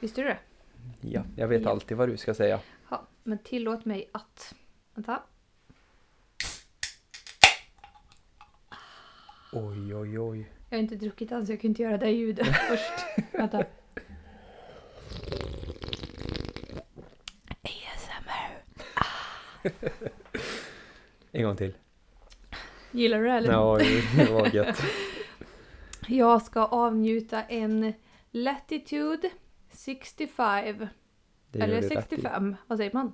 Visste du det? Ja, jag vet Ja. alltid vad du ska säga. Ja, men tillåt mig att... Vänta. Oj, oj, oj. Jag har inte druckit än så jag kunde inte göra det ljudet först. Vänta. ASMR. En gång till. Gillar du det eller? Ja, oj, det var gött. Jag ska avnjuta en Latitude 65. Det gör eller du rätt i. 65, vad säger man?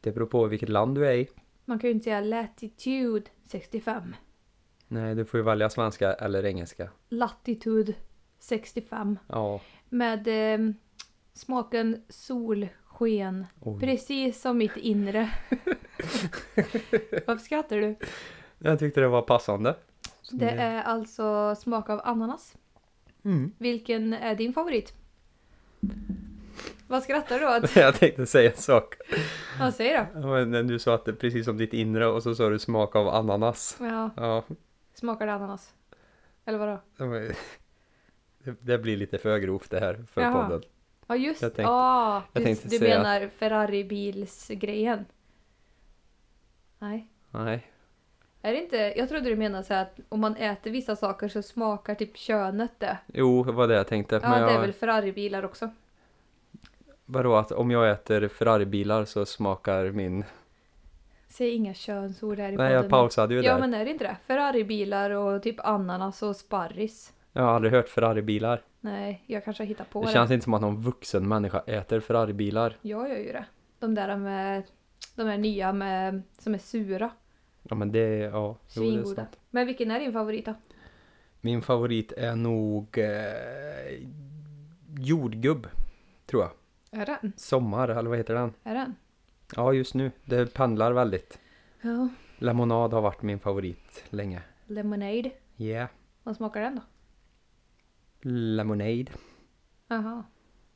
Det beror på vilket land du är i. Man kan ju inte säga Latitude 65. Nej, du får ju välja svenska eller engelska. Latitude 65. Ja, Med eh, smaken solsken. oj. Precis som mitt inre. Varför skrattar du? Jag tyckte det var passande. Mm. Så Det är alltså smak av ananas. Mm. Vilken är din favorit? Vad skrattar du åt? Jag tänkte säga en sak. Vad säger du? Ja, men Du sa att det är precis som ditt inre och så sa du smak av ananas. Ja, Ja, smakar det ananas? Eller vadå? det var- det- det blir lite för grovt det här för Jaha. podden. Ja just Jag det. tänkte- ah, jag du, tänkte du säga- menar Ferrari-bilsgrejen? Nej. Nej. Är det inte? Jag trodde du menade så här att om man äter vissa saker så smakar typ könet det. Jo, det var det jag tänkte. Ja, men jag, det är väl Ferrari-bilar också. Vadå, att om jag äter Ferraribilar så smakar min... Säg inga könsord här i Nej, jag podden. pausade ju Ja där. men är det inte det? Ferraribilar och typ ananas och sparris. Jag har aldrig hört Ferraribilar. Nej, jag kanske har hittat på Det det. känns inte som att någon vuxen människa äter Ferraribilar. Jag gör ju det. De där med... De där nya med, som är sura. Ja, men det... Ja, jo, det är Svingoda. sant. men vilken är din favorit då? Min favorit är nog... Eh, jordgubb, tror jag. Är den? Sommar, eller vad heter den? Är den? Ja, just nu. Det pendlar väldigt. Ja. Lemonad har varit min favorit länge. Lemonade. Yeah. Vad smakar den då? Lemonade. Jaha.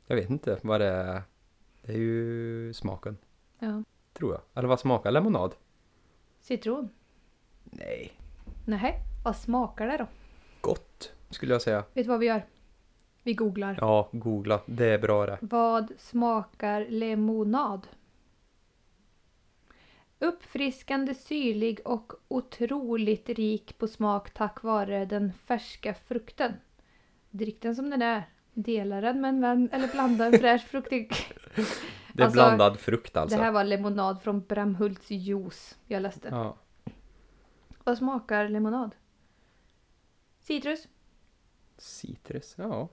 Jag vet inte vad det är. Det är ju smaken, Ja. tror jag. Eller vad smakar lemonad? Citron. Nej. Nej. Vad smakar det då? Gott, skulle jag säga. Vet du vad vi gör? Vi googlar. Ja, googla. Det är bra det. Vad smakar lemonad? Uppfriskande syrlig och otroligt rik på smak tack vare den färska frukten. Drick den som den är. Dela den med en vän eller blanda en fräsch fruktig. Det är Alltså, blandad frukt alltså. Det här var lemonad från Bramhults juice. Jag läste. Ja. Vad smakar lemonad? Citrus. Citrus, ja.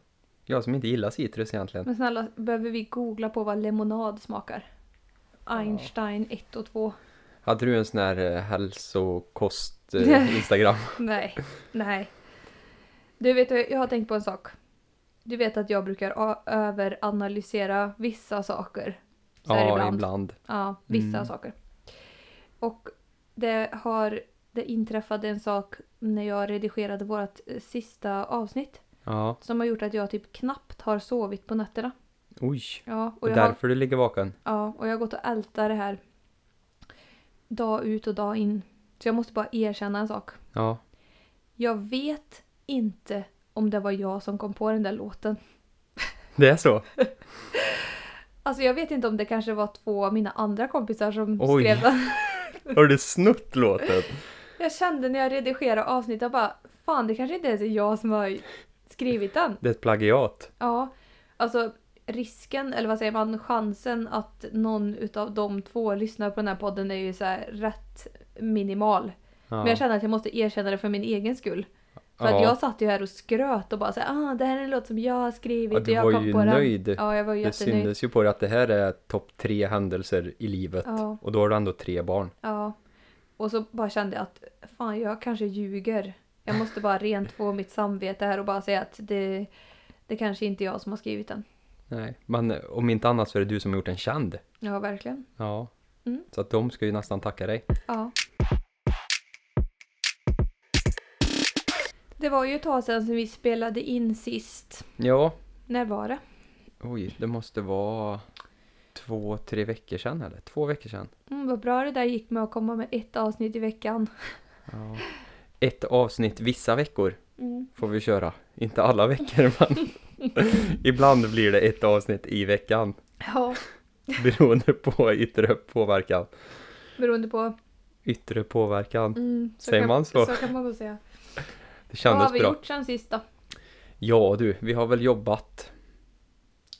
Jag som inte gillar citrus egentligen. Men snälla, behöver vi googla på vad lemonad smakar? Einstein 1 och 2. Hade du en sån här eh, hälsokost eh, Instagram? Nej, nej. Du vet, jag har tänkt på en sak. Du vet att jag brukar a- överanalysera vissa saker. Så här ja, ibland. ibland. Ja, vissa Mm. saker. Och det har... Det inträffade en sak när jag redigerade vårt eh, sista avsnitt Ja, som har gjort att jag typ knappt har sovit på nätterna. oj. Ja, och Och jag, har, därför du ligger vaken? ja, och jag har gått och ältat det här dag ut och dag in. Så jag måste bara erkänna en sak. Ja. Jag vet inte om det var jag som kom på den där låten. Det är så? Alltså jag vet inte om det kanske var två av mina andra kompisar som Oj. skrev den. Har du snott låten? Jag kände när jag redigerade avsnittet jag bara fan det kanske inte ens är jag som har skrivit den. Det är ett plagiat. Ja, alltså risken eller vad säger man chansen att någon utav de två lyssnar på den här podden är ju så här rätt minimal. Ja. Men jag känner att jag måste erkänna det för min egen skull. För att Ja. jag satt ju här och skröt och bara såhär ah det här är en låt som jag har skrivit Ja, du och jag var kom ju på den. nöjd. Ja, jag var ju Det jättenöjd. syndes ju på dig att det här är topp tre händelser i livet. Ja. Och då har du ändå tre barn. Ja. Och så bara kände jag att fan jag kanske ljuger. Jag måste bara rent få mitt samvete här och bara säga att det, det kanske inte är jag som har skrivit den. Nej. Men eh, om inte annat så är det du som har gjort en känd. Ja, verkligen. Ja. Mm. Så att de ska ju nästan tacka dig. Ja. Det var ju ett tag sedan som vi spelade in sist. Ja. När var det? Oj, det måste vara två, tre veckor sedan eller? Två veckor sedan. Mm, vad bra det där gick med att komma med ett avsnitt i veckan. Ja. ett avsnitt vissa veckor Mm. får vi köra. Inte alla veckor men ibland blir det ett avsnitt i veckan Ja, beroende på yttre påverkan. beroende på. Yttre påverkan. Mm, Säger kan, man så? Så kan man väl säga. Det Vad har kändes vi bra. gjort sen sist då? Ja du, vi har väl jobbat.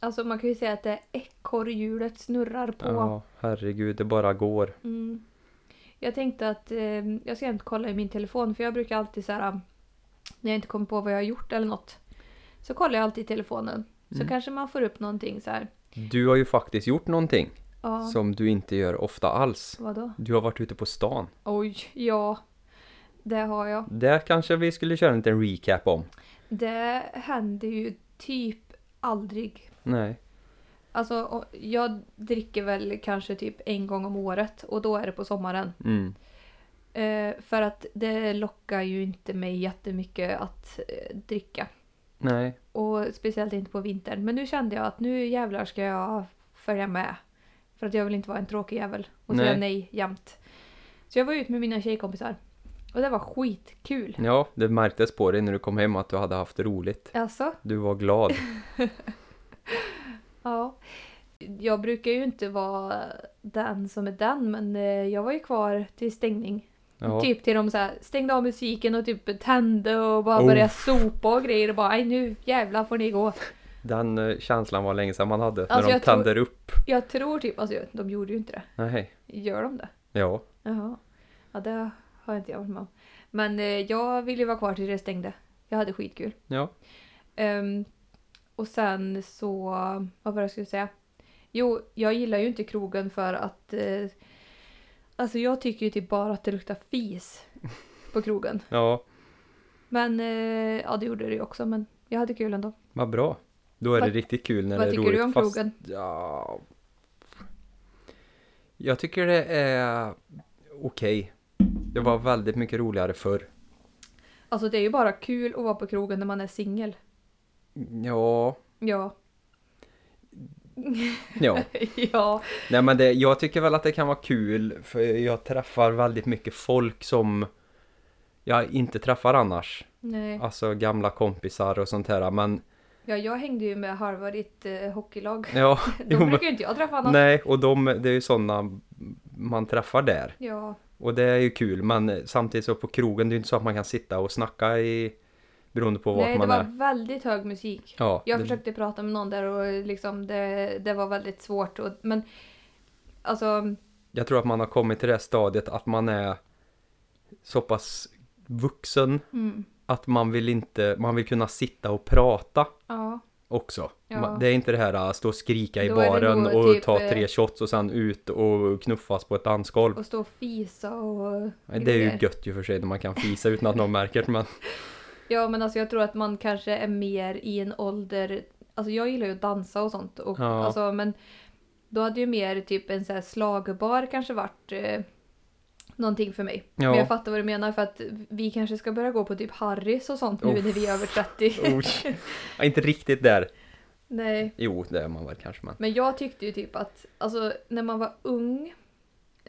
Alltså man kan ju säga att det ekorrhjulet snurrar på. Ja, herregud, det bara går. Mm. Jag tänkte att eh, jag ska inte kolla i min telefon för jag brukar alltid så här äh, när jag inte kommer på vad jag har gjort eller något så kollar jag alltid i telefonen. Så Mm. kanske man får upp någonting så här. Du har ju faktiskt gjort någonting Ja, som du inte gör ofta alls. vadå? Du har varit ute på stan. Oj, ja. Det har jag. Det kanske vi skulle köra en liten recap om. Det händer ju typ aldrig. Nej. Alltså och jag dricker väl kanske typ en gång om året och då är det på sommaren. Mm. Eh, för att det lockar ju inte mig jättemycket att eh, dricka. Nej. Och speciellt inte på vintern. Men nu kände jag att nu jävlar ska jag följa med. För att jag vill inte vara en tråkig jävel och säga Nej. nej jämt. Så jag var ute med mina tjejkompisar. Och det var skitkul. Ja, det märktes på dig när du kom hem att du hade haft roligt. Alltså, Du var glad. ja. Jag brukar ju inte vara den som är den men eh, jag var ju kvar till stängning. Ja. Typ till de så här, stängde av musiken och typ tände och bara Oh. började sopa och grejer och bara "Aj, nu jävlar får ni gå. Den eh, känslan var länge sedan man hade. Alltså, när de jag tror- tänder upp. Jag tror typ, alltså jag- de gjorde ju inte det. Nej. Gör de det? Ja. Jaha. Ja, det har inte jag varit med om. Men eh, jag ville ju vara kvar tills det stängde. Jag hade skitkul. Ja. Ehm, och sen så... Vad var det jag skulle säga? Jo, jag gillar ju inte krogen för att... Eh, alltså jag tycker ju typ bara att det luktar fis på krogen. Ja. Men eh, ja, det gjorde det ju också. Men jag hade kul ändå. Vad bra. Då är Vad- det riktigt kul när vad det är roligt. tycker du om krogen? Ja. Jag tycker det är okej. Det var väldigt mycket roligare förr. Alltså det är ju bara kul att vara på krogen när man är singel. Ja. Ja. Ja. ja. Nej men det, jag tycker väl att det kan vara kul för jag träffar väldigt mycket folk som jag inte träffar annars. Nej. Alltså gamla kompisar och sånt här men Ja, jag hängde ju med halva ditt eh, hockeylag. ja. Då jo, men- brukar ju inte jag träffa annars. nej och de, det är ju sådana man träffar där. Ja, Och det är ju kul men samtidigt så på krogen det är ju inte så att man kan sitta och snacka i beroende på vart nej det man var är. väldigt hög musik. Ja, Jag det- försökte prata med någon där och liksom det, det var väldigt svårt. Och, men alltså, Jag tror att man har kommit till det här stadiet att man är så pass vuxen mm, att man vill inte, man vill kunna sitta och prata ja. också. Ja. Man- Det är inte det här att stå och skrika i Då är det baren nog och typ, ta eh, tre shots och sen ut och knuffas på ett dansgolv. Och stå och fisa och det är ju gött ju för sig när man kan fisa utan att någon märker det, men Ja, men alltså jag tror att man kanske är mer i en ålder... Alltså jag gillar ju att dansa och sånt. Och, Ja. alltså, men då hade ju mer typ en så här slagbar kanske varit eh, någonting för mig. Ja. Men jag fattar vad du menar för att vi kanske ska börja gå på typ Harris och sånt nu Uff. när vi är över 30. oj. Oh, Ja, inte riktigt där. Nej. Jo, det är man väl kanske men. Men jag tyckte ju typ att, alltså när man var ung,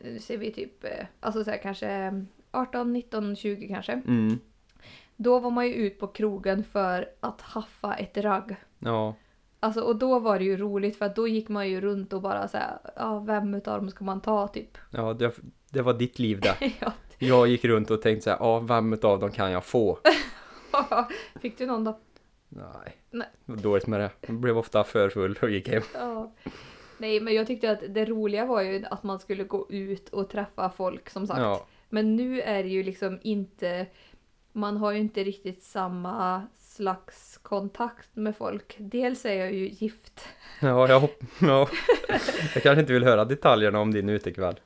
nu ser vi typ, eh, alltså så här, kanske eh, 18, 19, 20 kanske. Mm. Då var man ju ut på krogen för att haffa ett ragg. Ja, Alltså, och då var det ju roligt för att då gick man ju runt och bara såhär, ja vem utav dem ska man ta typ? ja det, det var ditt liv där. Ja. Jag gick runt och tänkte så här, ja, vem av dem kan jag få? Fick du någon då? Nej. Nej. Det var dåligt med det. Jag blev ofta för full och gick hem. Ja. Nej men jag tyckte att det roliga var ju att man skulle gå ut och träffa folk som sagt. Ja. Men nu är det ju liksom inte, man har ju inte riktigt samma slags kontakt med folk. Dels är jag ju gift. Ja, jag hopp... Ja. Jag kanske inte vill höra detaljerna om din utekväll.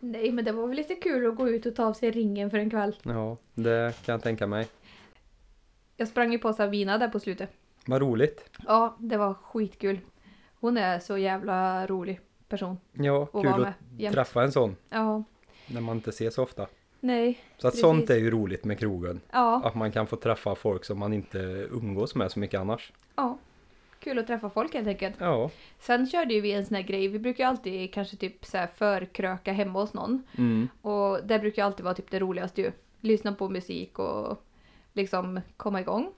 Nej men det var väl lite kul att gå ut och ta av sig ringen för en kväll. Ja, det kan jag tänka mig. Jag sprang ju på Sabina där på slutet. Vad roligt. Ja, det var skitkul. Hon är så jävla rolig person Ja, att kul vara att med. Jämt. träffa en sån Ja, när man inte ses så ofta. nej, Så att Precis. sånt är ju roligt med krogen. ja, Att man kan få träffa folk som man inte umgås med så mycket annars. ja. Kul att träffa folk helt enkelt. Ja. Sen körde ju vi en sån här grej, vi brukar ju alltid kanske typ så här förkröka hemma hos någon. Mm. Och det brukar ju alltid vara typ det roligaste ju. lyssna på musik och liksom komma igång.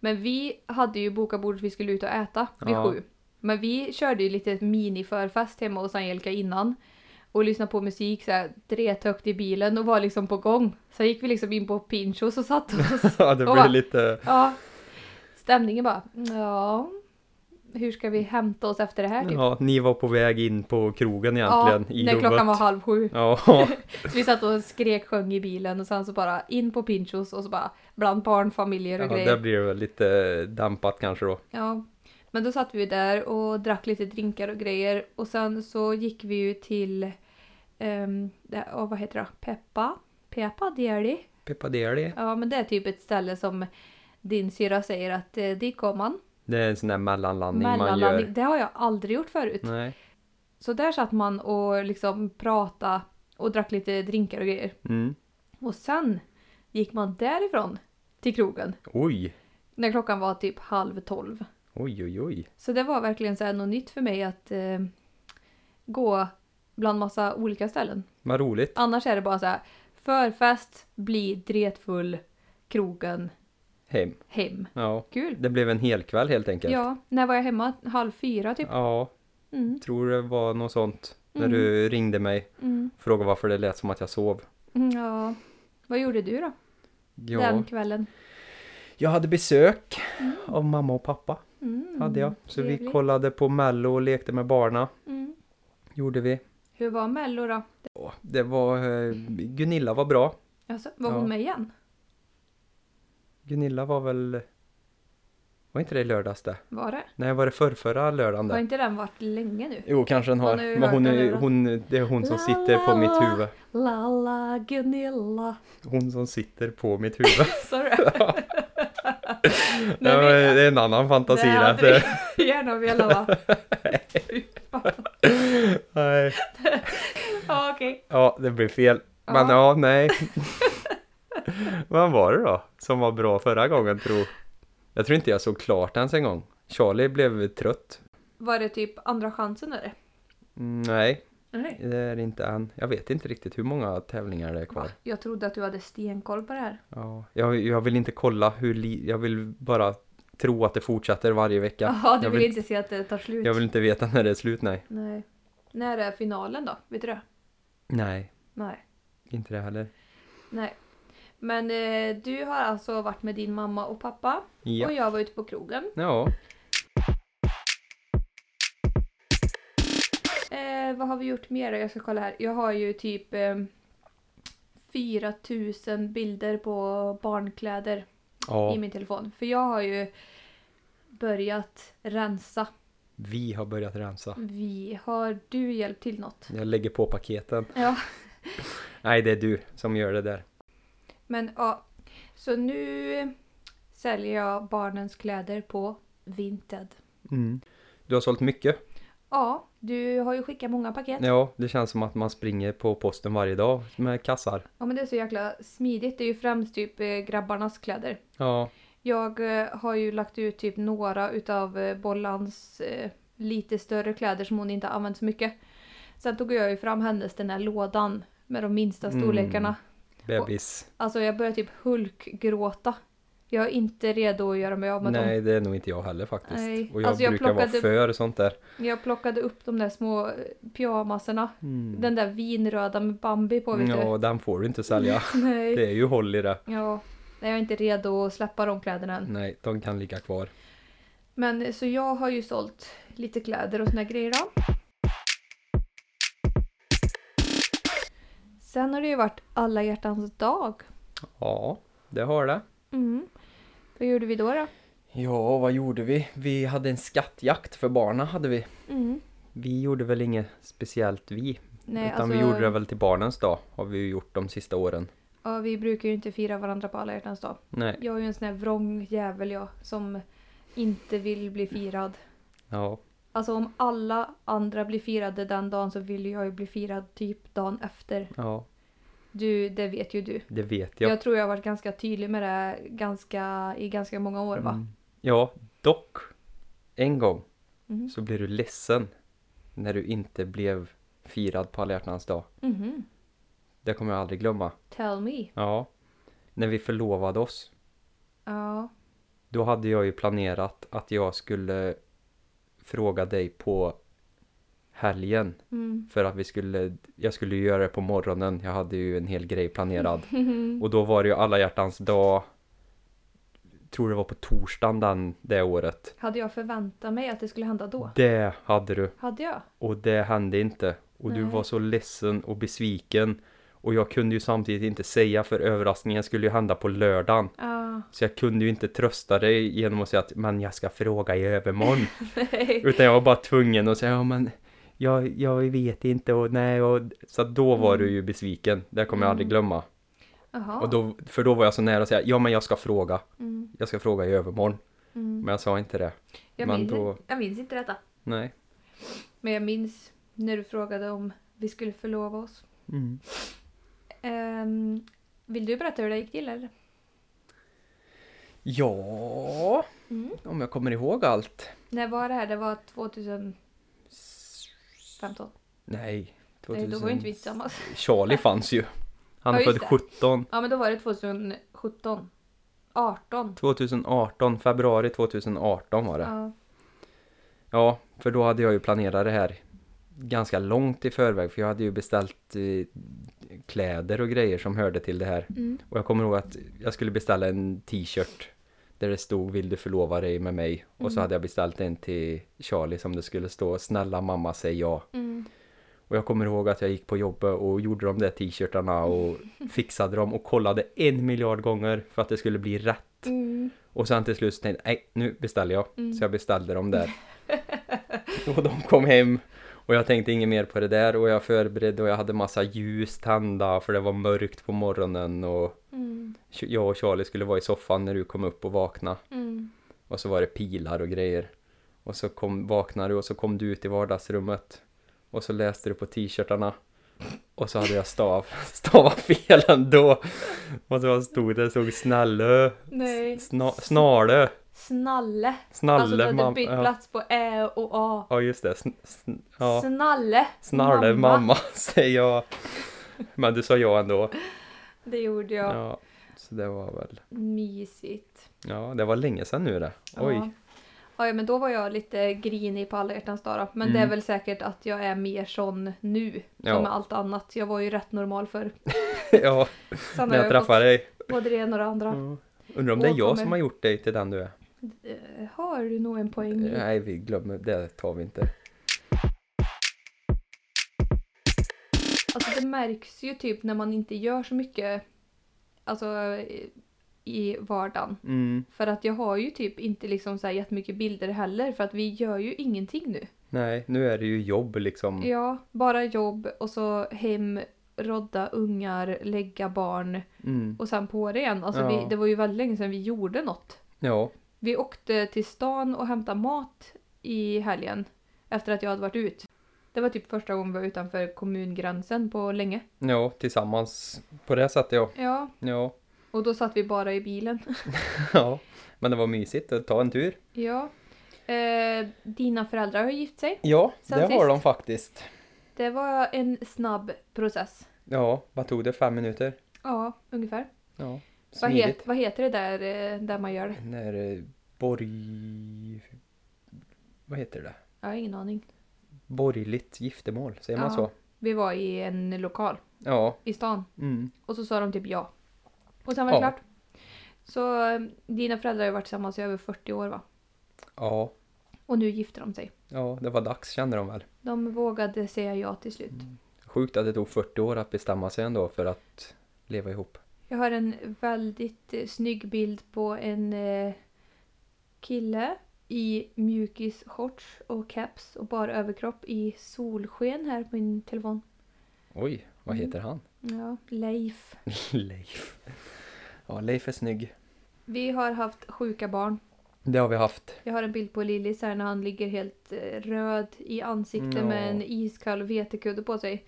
Men vi hade ju bokat bordet vi skulle ut och äta vid Ja. sju. Men vi körde ju lite miniförfest hemma hos Angelica innan. Och lyssnade på musik såhär drethögt i bilen och var liksom på gång. Sen gick vi liksom in på Pinchos och satte oss. Ja, det Och blir bara- lite... ja. Stämningen bara, ja. Hur ska vi hämta oss efter det här typ? Ja, ni var på väg in på krogen egentligen. i när klockan jobbet. var halv sju. Ja, Så vi satt och skrek sjöng i bilen och sen så bara in på Pinchos och så bara bland barnfamiljer och ja grejer. där blir det väl lite dampat kanske då. Ja. Men då satt vi ju där och drack lite drinkar och grejer och sen så gick vi ju till ehm, det, åh, vad heter det? Peppa? Peppa Deli? Peppadelli. Ja men det är typ ett ställe som din syra säger att eh, dit kom man. Det är en sån där mellanlandning man Mellanlandning. gör. Det har jag aldrig gjort förut. Nej. Så där satt man och liksom pratade och drack lite drinkar och grejer. Mm. Och sen gick man därifrån till krogen Oj, när klockan var typ halv tolv. oj, oj, oj. Så det var verkligen så här något nytt för mig att eh, gå bland massa olika ställen. Vad roligt. Annars är det bara så här förfest, bli dretfull, krogen, Hem. hem. Ja, Kul! det blev en hel kväll helt enkelt. Ja, när var jag hemma? Halv fyra typ. Ja, Mm, tror det var något sånt. När Mm. du ringde mig mm, och frågade varför det lät som att jag sov. mm, ja. Vad gjorde du då? Ja. Den kvällen? Jag hade besök av mamma och pappa. Mm, Hade jag. Så vi trevligt. kollade på Mello och lekte med barna. Mm. Gjorde vi. Hur var Mello då? Åh, Det var... eh, Gunilla var bra. Alltså, var Ja. hon med igen? Gunilla var väl... Var inte det i lördags det? Var det? Nej, var det förrförra lördagen Har det? inte den varit länge nu? Jo, kanske den Man har. har ju Men hört hon, den är, överallt. hon, det är hon som La, sitter på la, mitt la. huvud. Lalla Gunilla. Hon som sitter på mitt huvud. Sa du det? det, Nej, men- är, det är en annan fantasi Det där. hade Det, du gärna velat va? Fy fan. nej. Ja okej. Ja, det blev fel. Ja. Men ja, nej. Vad var det då som var bra förra gången tro? Jag tror inte jag såg klart ens en gång. Charlie blev trött. Var det typ andra chansen eller? Mm, Nej, Nej. det är det inte än. Jag vet inte riktigt hur många tävlingar det är kvar. Jag trodde att du hade stenkoll på det här. Ja, jag, jag vill inte kolla hur li- Jag vill bara tro att det fortsätter varje vecka. Jaha, du jag, vill, vill, inte se att det tar slut? jag vill inte veta när det är slut, nej. Nej. När är finalen då? Vet du det? Nej, Nej. inte det heller. Nej. Men eh, du har alltså varit med din mamma och pappa och Ja. jag var ute på krogen. ja. Eh, vad har vi gjort mer? då? Jag ska kolla här. Jag har ju typ eh, 4000 bilder på barnkläder i Ja, min telefon. För jag har ju börjat rensa. vi har börjat rensa. Vi, har du hjälpt till något? Jag lägger på paketen. Ja. Nej, det är du som gör det där. Men ja, så nu säljer jag barnens kläder på Vinted. Mm. Du har sålt mycket. Ja, du har ju skickat många paket. Ja, det känns som att man springer på posten varje dag med kassar. Ja men det är så jäkla smidigt. Det är ju främst typ eh, grabbarnas kläder. Ja, Jag eh, har ju lagt ut typ några utav eh, Bollans eh, lite större kläder som hon inte har använt så mycket. Sen tog jag ju fram hennes den här lådan med de minsta Mm. storlekarna. bebis. Alltså jag börjar typ hulkgråta. Jag är inte redo att göra mig av med dem. Nej, det är nog inte jag heller faktiskt. Nej. Och jag Alltså, jag brukar vara plockade- för sånt där. Jag plockade upp de där små eh, pyjamaserna. Mm. Den där vinröda med Bambi på vet Ja, den får du inte sälja. du. Nej. Det är ju håll i det. Ja. Nej, jag är inte redo att släppa de kläderna än. Nej, de kan ligga kvar. Men eh, så jag har ju sålt lite kläder och såna grejer då. Sen har det ju varit alla hjärtans dag. Ja, det har det. Mm. Vad gjorde vi då då? Ja, vad gjorde vi? Vi hade en skattjakt för barnen hade vi. Mm. Vi gjorde väl inget speciellt vi. Nej, utan alltså, vi gjorde det väl till barnens dag. Har vi ju gjort de sista åren. Ja, vi brukar ju inte fira varandra på alla hjärtans dag. Nej. Jag är ju en sån här vrång jävel jag som inte vill bli firad. Ja. Alltså om alla andra blir firade den dagen så vill jag ju bli firad typ dagen efter. Ja. Du, det vet ju du. Det vet jag. Jag tror jag har varit ganska tydlig med det här ganska, i ganska många år va? Mm. Ja, dock. En gång Mhm. så blev du ledsen när du inte blev firad på alla hjärtans dag. Mhm. Det kommer jag aldrig glömma. Tell me. Ja. när vi förlovade oss, Ja. då hade jag ju planerat att jag skulle fråga dig på helgen. Mm. För att vi skulle, jag skulle ju göra det på morgonen. Jag hade ju en hel grej planerad. Och då var det ju alla hjärtans dag. Tror det var på torsdagen den, det året. Hade jag förväntat mig att det skulle hända då? Det hade du. Hade jag? Och det hände inte. Och du Nej. var så ledsen och besviken. Och jag kunde ju samtidigt inte säga för överraskningen skulle ju hända på lördagen. Ja. Så jag kunde ju inte trösta dig genom att säga att men jag ska fråga i övermorgon. Nej. Utan jag var bara tvungen att säga ja men jag, jag vet inte och nej och så att då var Mm. du ju besviken. Det kommer jag aldrig glömma. Jaha. Och då, för då var jag så nära att säga ja men jag ska fråga. Mm. Jag ska fråga i övermorgon. Mm. Men jag sa inte det. Jag, men minns, då- inte- jag minns inte detta. Nej. Men jag minns när du frågade om vi skulle förlova oss. Mm. Ehm, vill du berätta hur det gick till eller? Ja, Mm. om jag kommer ihåg allt. När var det här? Det var 2015? Nej. Nej, då var ju inte vi tillsammans. Charlie fanns ju. Han Ja, är just född det. 17. Ja, men då var det 2017. 18. 2018, februari 2018 var det. Ja. Ja, för då hade jag ju planerat det här ganska långt i förväg för jag hade ju beställt eh, kläder och grejer som hörde till det här. Mm. Och jag kommer ihåg att jag skulle beställa en t-shirt där det stod Vill du förlova dig med mig? Och Mm. så hade jag beställt en till Charlie som det skulle stå Snälla mamma säg ja. Mm. Och jag kommer ihåg att jag gick på jobbet och gjorde de där t-shirtarna och fixade dem och kollade en miljard gånger för att det skulle bli rätt. Mm. Och sen till slut så tänkte jag, nej nu beställer jag. Mm. Så jag beställde dem där. och de kom hem. Och jag tänkte inget mer på det där och jag förberedde och jag hade massa ljus tända för det var mörkt på morgonen och Mm. Ch- jag och Charlie skulle vara i soffan när du kom upp och vakna. Mm. Och så var det pilar och grejer. Och så kom, vaknade du och så kom du ut i vardagsrummet. Och så läste du på t-shirtarna. Och så hade jag stav, stavat fel ändå. Och så stod det, stod snälle, Nej. sna, snarle. Snalle. Snalle alltså du hade mam- bytt ja. plats på Ä och A. Ja just det. Sn sn ja. Snalle. Snarle mamma. säger jag. Men du sa ja ändå. Det gjorde jag. Ja. Så det var väl. Mysigt. Ja, det var länge sedan nu det. Oj. Ja. Ja, ja, men då var jag lite grinig på alla hjärtans dag då. Men det är väl säkert att jag är mer sån nu. Mm. Ja. Som med allt annat. Jag var ju rätt normal förr. Ja, Sen när har jag träffade dig. Mm. fått både det ena och det andra. Ja. Undrar om det är jag Återkommer. som har gjort dig till den du är. Eh, Har du nog en poäng i? Nej, vi glömmer. Det tar vi inte. Alltså det märks ju typ när man inte gör så mycket alltså, eh, i vardagen. Mm. För att jag har ju typ inte liksom så här jättemycket bilder heller för att vi gör ju ingenting nu. Nej, nu är det ju jobb liksom. Ja, bara jobb och så hem, rodda ungar, lägga barn Mm. och sen på det igen. Alltså Ja. vi, det var ju väldigt länge sedan vi gjorde något. Ja. Vi åkte till stan och hämtade mat i helgen efter att jag hade varit ut. Det var typ första gången vi var utanför kommungränsen på länge. ja, tillsammans på det sättet ja. Ja, ja. och då satt vi bara i bilen. Ja, men det var mysigt att ta en tur. Ja. Eh, dina föräldrar har gift sig. Ja, Sen det har sist. de faktiskt. Det var en snabb process. Ja, vad tog det? Fem minuter? Ja, ungefär. Ja, Vad, smidigt. het, vad heter det där, eh, där man gör det? När eh, borg... Vad heter det? Jag har ingen aning. Borgerligt giftermål, säger man Ja. så? Vi var i en lokal Ja. i stan Mm. och så sa de typ ja. Och sen var det Ja. klart. Så eh, dina föräldrar har ju varit tillsammans i över 40 år va? ja. Och nu gifter de sig. Ja, det var dags kände de väl. De vågade säga ja till slut. Sjukt att det tog 40 år att bestämma sig ändå för att leva ihop. Jag har en väldigt eh, snygg bild på en eh, kille i mjukisshorts och caps och bara överkropp i solsken här på min telefon. Oj, vad Mm. heter han? Ja, Leif. Leif. Ja, Leif är snygg. Vi har haft sjuka barn. Det har vi haft. Jag har en bild på Lillis här när han ligger helt eh, röd i ansiktet Ja. med en iskall vetekudde på sig.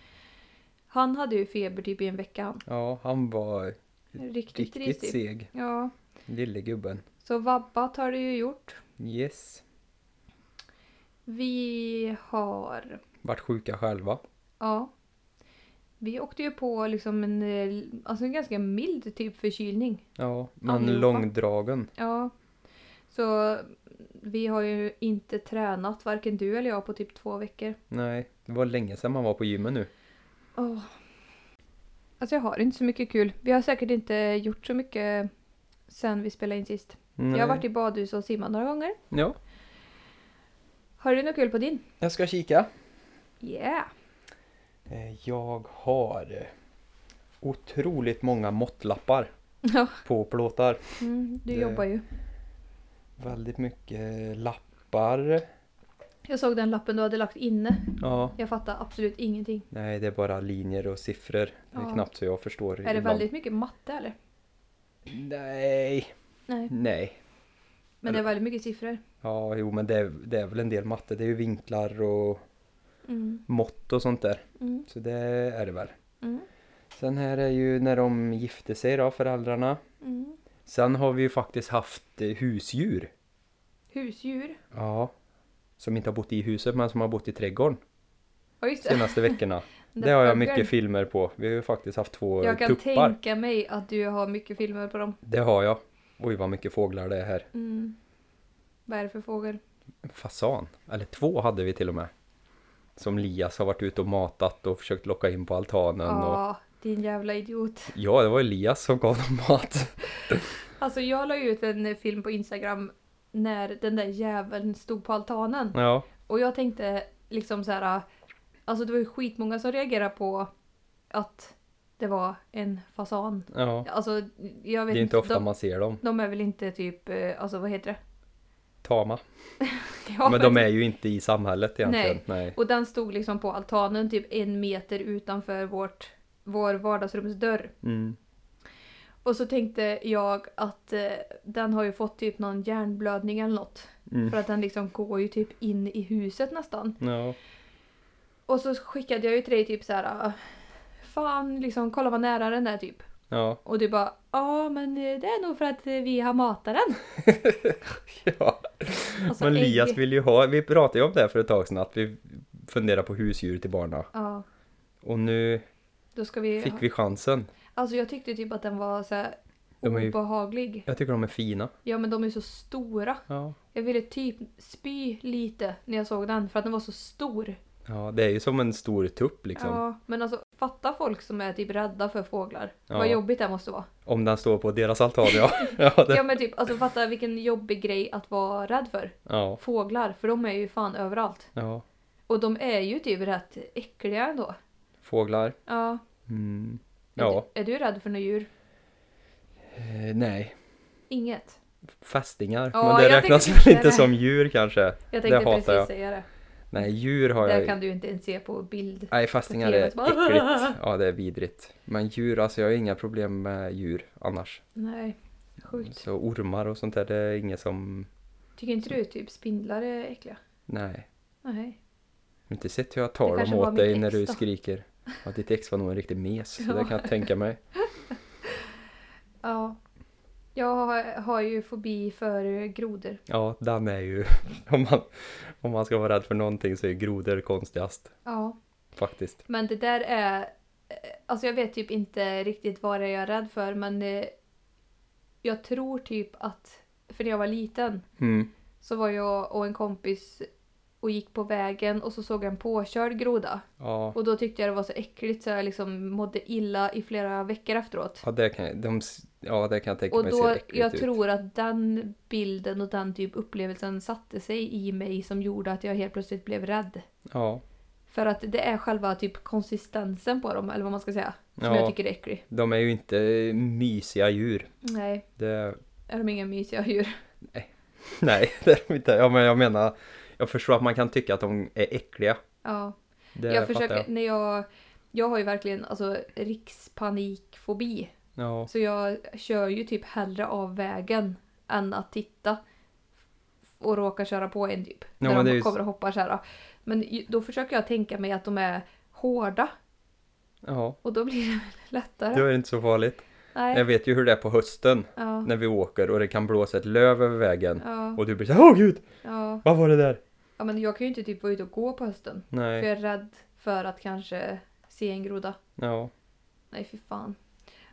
Han hade ju feber typ i en vecka. han. Ja, han var Riktigt, riktigt risig. seg. Ja. Lille gubben. Så vabbat har det ju gjort. Yes. Vi har Vart sjuka själva. Ja. Vi åkte ju på liksom en, eh, alltså en ganska mild typ förkylning. Ja, men Allihopa. långdragen. Ja. Så vi har ju inte tränat, varken du eller jag, på typ två veckor. Nej, det var länge sedan man var på gymmet nu. Åh. Alltså jag har inte så mycket kul. Vi har säkert inte gjort så mycket sen vi spelade in sist. Jag Nej. har varit i badhus och simmat några gånger. Ja, Har du något kul på din? jag ska kika. Yeah! Eh, Jag har eh, otroligt många måttlappar Ja. på plåtar. Mm, du Det- jobbar ju. Väldigt mycket lappar. Jag såg den lappen du hade lagt inne. Ja, Jag fattar absolut ingenting. nej det är bara linjer och siffror. Det är Ja. knappt så jag förstår. Är det ibland. väldigt mycket matte eller? Nej, Nej. nej. Men det är väldigt mycket siffror. Ja, jo men det är, det är väl en del matte. Det är ju vinklar och Mm, mått och sånt där. mm, Så det är det väl. mm, Sen här är ju när de gifte sig då, föräldrarna. mm. Sen har vi ju faktiskt haft eh, husdjur. Husdjur. Ja. Som inte har bott i huset men som har bott i trädgården Ja just det. senaste veckorna. Den Det har jag fågeln. mycket filmer på. Vi har ju faktiskt haft två Jag kan tuppar. tänka mig att du har mycket filmer på dem. Det har jag. Oj vad mycket fåglar det är här. Mm. Vad är det för fågel? En Fasan. Eller två hade vi till och med. Som Lias har varit ute och matat och försökt locka in på altanen. Och... Ja, din jävla idiot. Ja, det var ju Lias som gav dem mat. Alltså jag la ju ut en film på Instagram när den där jäveln stod på altanen. Ja, Och jag tänkte liksom så här. Alltså det var ju skitmånga som reagerade på att det var en fasan. ja. Alltså jag Det vet är inte ofta de, man ser dem. de är väl inte typ, eh, alltså vad heter det? Tama. Ja, Men de är ju inte i samhället egentligen. Nej. Nej. Och den stod liksom på altanen typ en meter utanför vårt, vår vardagsrumsdörr. Mm. Och så tänkte jag att eh, den har ju fått typ någon hjärnblödning eller något. Mm. För att den liksom går ju typ in i huset nästan. Ja. Och så skickade jag ju till dig typ så här. "Ah, Fan, liksom kolla vad nära den är typ. Ja. Och du bara ja men eh, det är nog för att eh, vi har matat den. ja. Alltså, Men ägg. Lias vill ju ha, vi pratade ju om det här för ett tag sedan, att vi funderar på husdjur till barna. Ja, Och nu då ska vi... fick vi chansen. Alltså jag tyckte typ att den var så här De är ju- obehaglig. Jag tycker de är fina. Ja men de är så stora. Ja. Jag ville typ spy lite när jag såg den för att den var så stor. Ja, det är ju som en stor tupp liksom. Ja, men alltså fatta folk som är typ rädda för fåglar. Ja. Vad jobbigt det måste vara. Om den står på deras altan, ja. ja, det, Ja men typ, alltså fatta vilken jobbig grej att vara rädd för. ja. Fåglar, för de är ju fan överallt. ja. Och de är ju typ rätt äckliga ändå. Fåglar. Ja. Mm. Är Ja. du- Är du rädd för några djur? Eh, nej. Inget. Fästingar. Ja, Men det jag räknas tänkte väl säga inte det. som djur kanske? Jag Det tänkte hatar precis jag. säga det. Nej, djur har Det jag här kan du inte ens se på bild. Nej, fästingar är På TV bara. äckligt. Ja, det är vidrigt. Men djur, alltså jag har inga problem med djur annars. Nej. Sjukt. Så ormar och sånt där, det är inget som... Tycker inte du typ spindlar är äckliga? Nej. Nej. Jag har inte sett hur jag Det tar dem kanske var åt dig mitt när ex du då. skriker. Ja, ditt ex var nog en riktig mes, så det Ja. kan jag tänka mig. Ja. Jag har- har ju fobi för grodor. Ja, den är ju... Om man, om man ska vara rädd för någonting så är grodor konstigast, Ja. faktiskt. Men det där är... eh, Alltså jag vet typ inte riktigt vad det är jag är rädd för men eh, jag tror typ att... För när jag var liten Mm. så var jag och en kompis och gick på vägen och så såg jag en påkörd groda. Ja. Och då tyckte jag det var så äckligt så jag liksom mådde illa i flera veckor efteråt. Ja, det kan jag, de, s- ja, det kan jag tänka Och mig ser då, äckligt jag ut. tror att den bilden och den typ upplevelsen satte sig i mig som gjorde att jag helt plötsligt blev rädd. Ja, För att det är själva typ konsistensen på dem, eller vad man ska säga, som Ja. jag tycker är äcklig. de är ju inte mysiga djur. Nej, Det, är de inga mysiga djur? Nej, det är de inte. Ja, men jag menar, jag förstår att man kan tycka att de är äckliga. Ja. Det jag fattar försöker, Jag. när jag... Jag har ju verkligen alltså rikspanikfobi. Ja, Så jag kör ju typ hellre av vägen än att titta. Och råkar köra på en typ. Ja, när men de det är ju- kommer och hoppar så här. Men ju- då försöker jag tänka mig att de är hårda. ja, Och då blir det väl lättare. då är det inte så farligt. Jag Nej. vet ju hur det är på hösten Ja. när vi åker och det kan blåsa ett löv över vägen. Ja, Och du blir så här, åh gud, ja. vad var det där? ja, men jag kan ju inte typ vara ute och gå på hösten. För Nej, jag är rädd för att kanske se en groda. Ja. Nej, fy fan.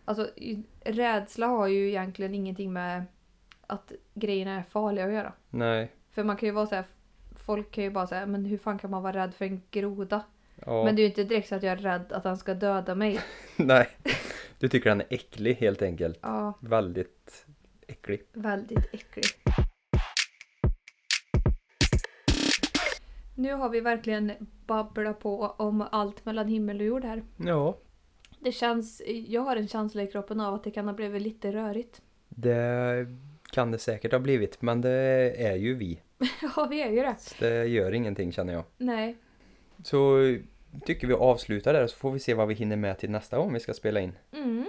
Alltså, i- rädsla har ju egentligen ingenting med att grejerna är farliga att göra. Nej. För man kan ju vara så här, folk kan ju bara säga, men hur fan kan man vara rädd för en groda? Ja. Men det är ju inte direkt så att jag är rädd att han ska döda mig. Nej. Du tycker den är äcklig helt enkelt. Ja, Väldigt äcklig. väldigt äcklig. Nu har vi verkligen babblat på om allt mellan himmel och jord här. Ja. Det känns, jag har en känsla i kroppen av att det kan ha blivit lite rörigt. Det kan det säkert ha blivit, men det är ju vi. Ja, vi är ju det. Så det gör ingenting känner jag. Nej, Så tycker vi avslutar där så får vi se vad vi hinner med till nästa gång vi ska spela in. Mm.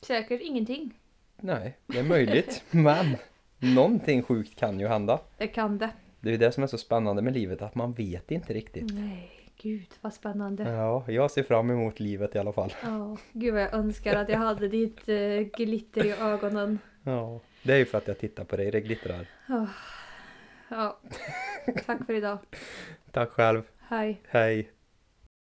Säkert ingenting. Nej, det är möjligt, men någonting sjukt kan ju hända. Jag kan det. Det är ju det som är så spännande med livet, att man vet inte riktigt. Nej, gud vad spännande. Ja, jag ser fram emot livet i alla fall. Ja, gud vad jag önskar att jag hade ditt eh, glitter i ögonen. Ja, det är ju för att jag tittar på dig, det glittrar. Ja, tack för idag. Tack själv, Hej. hej!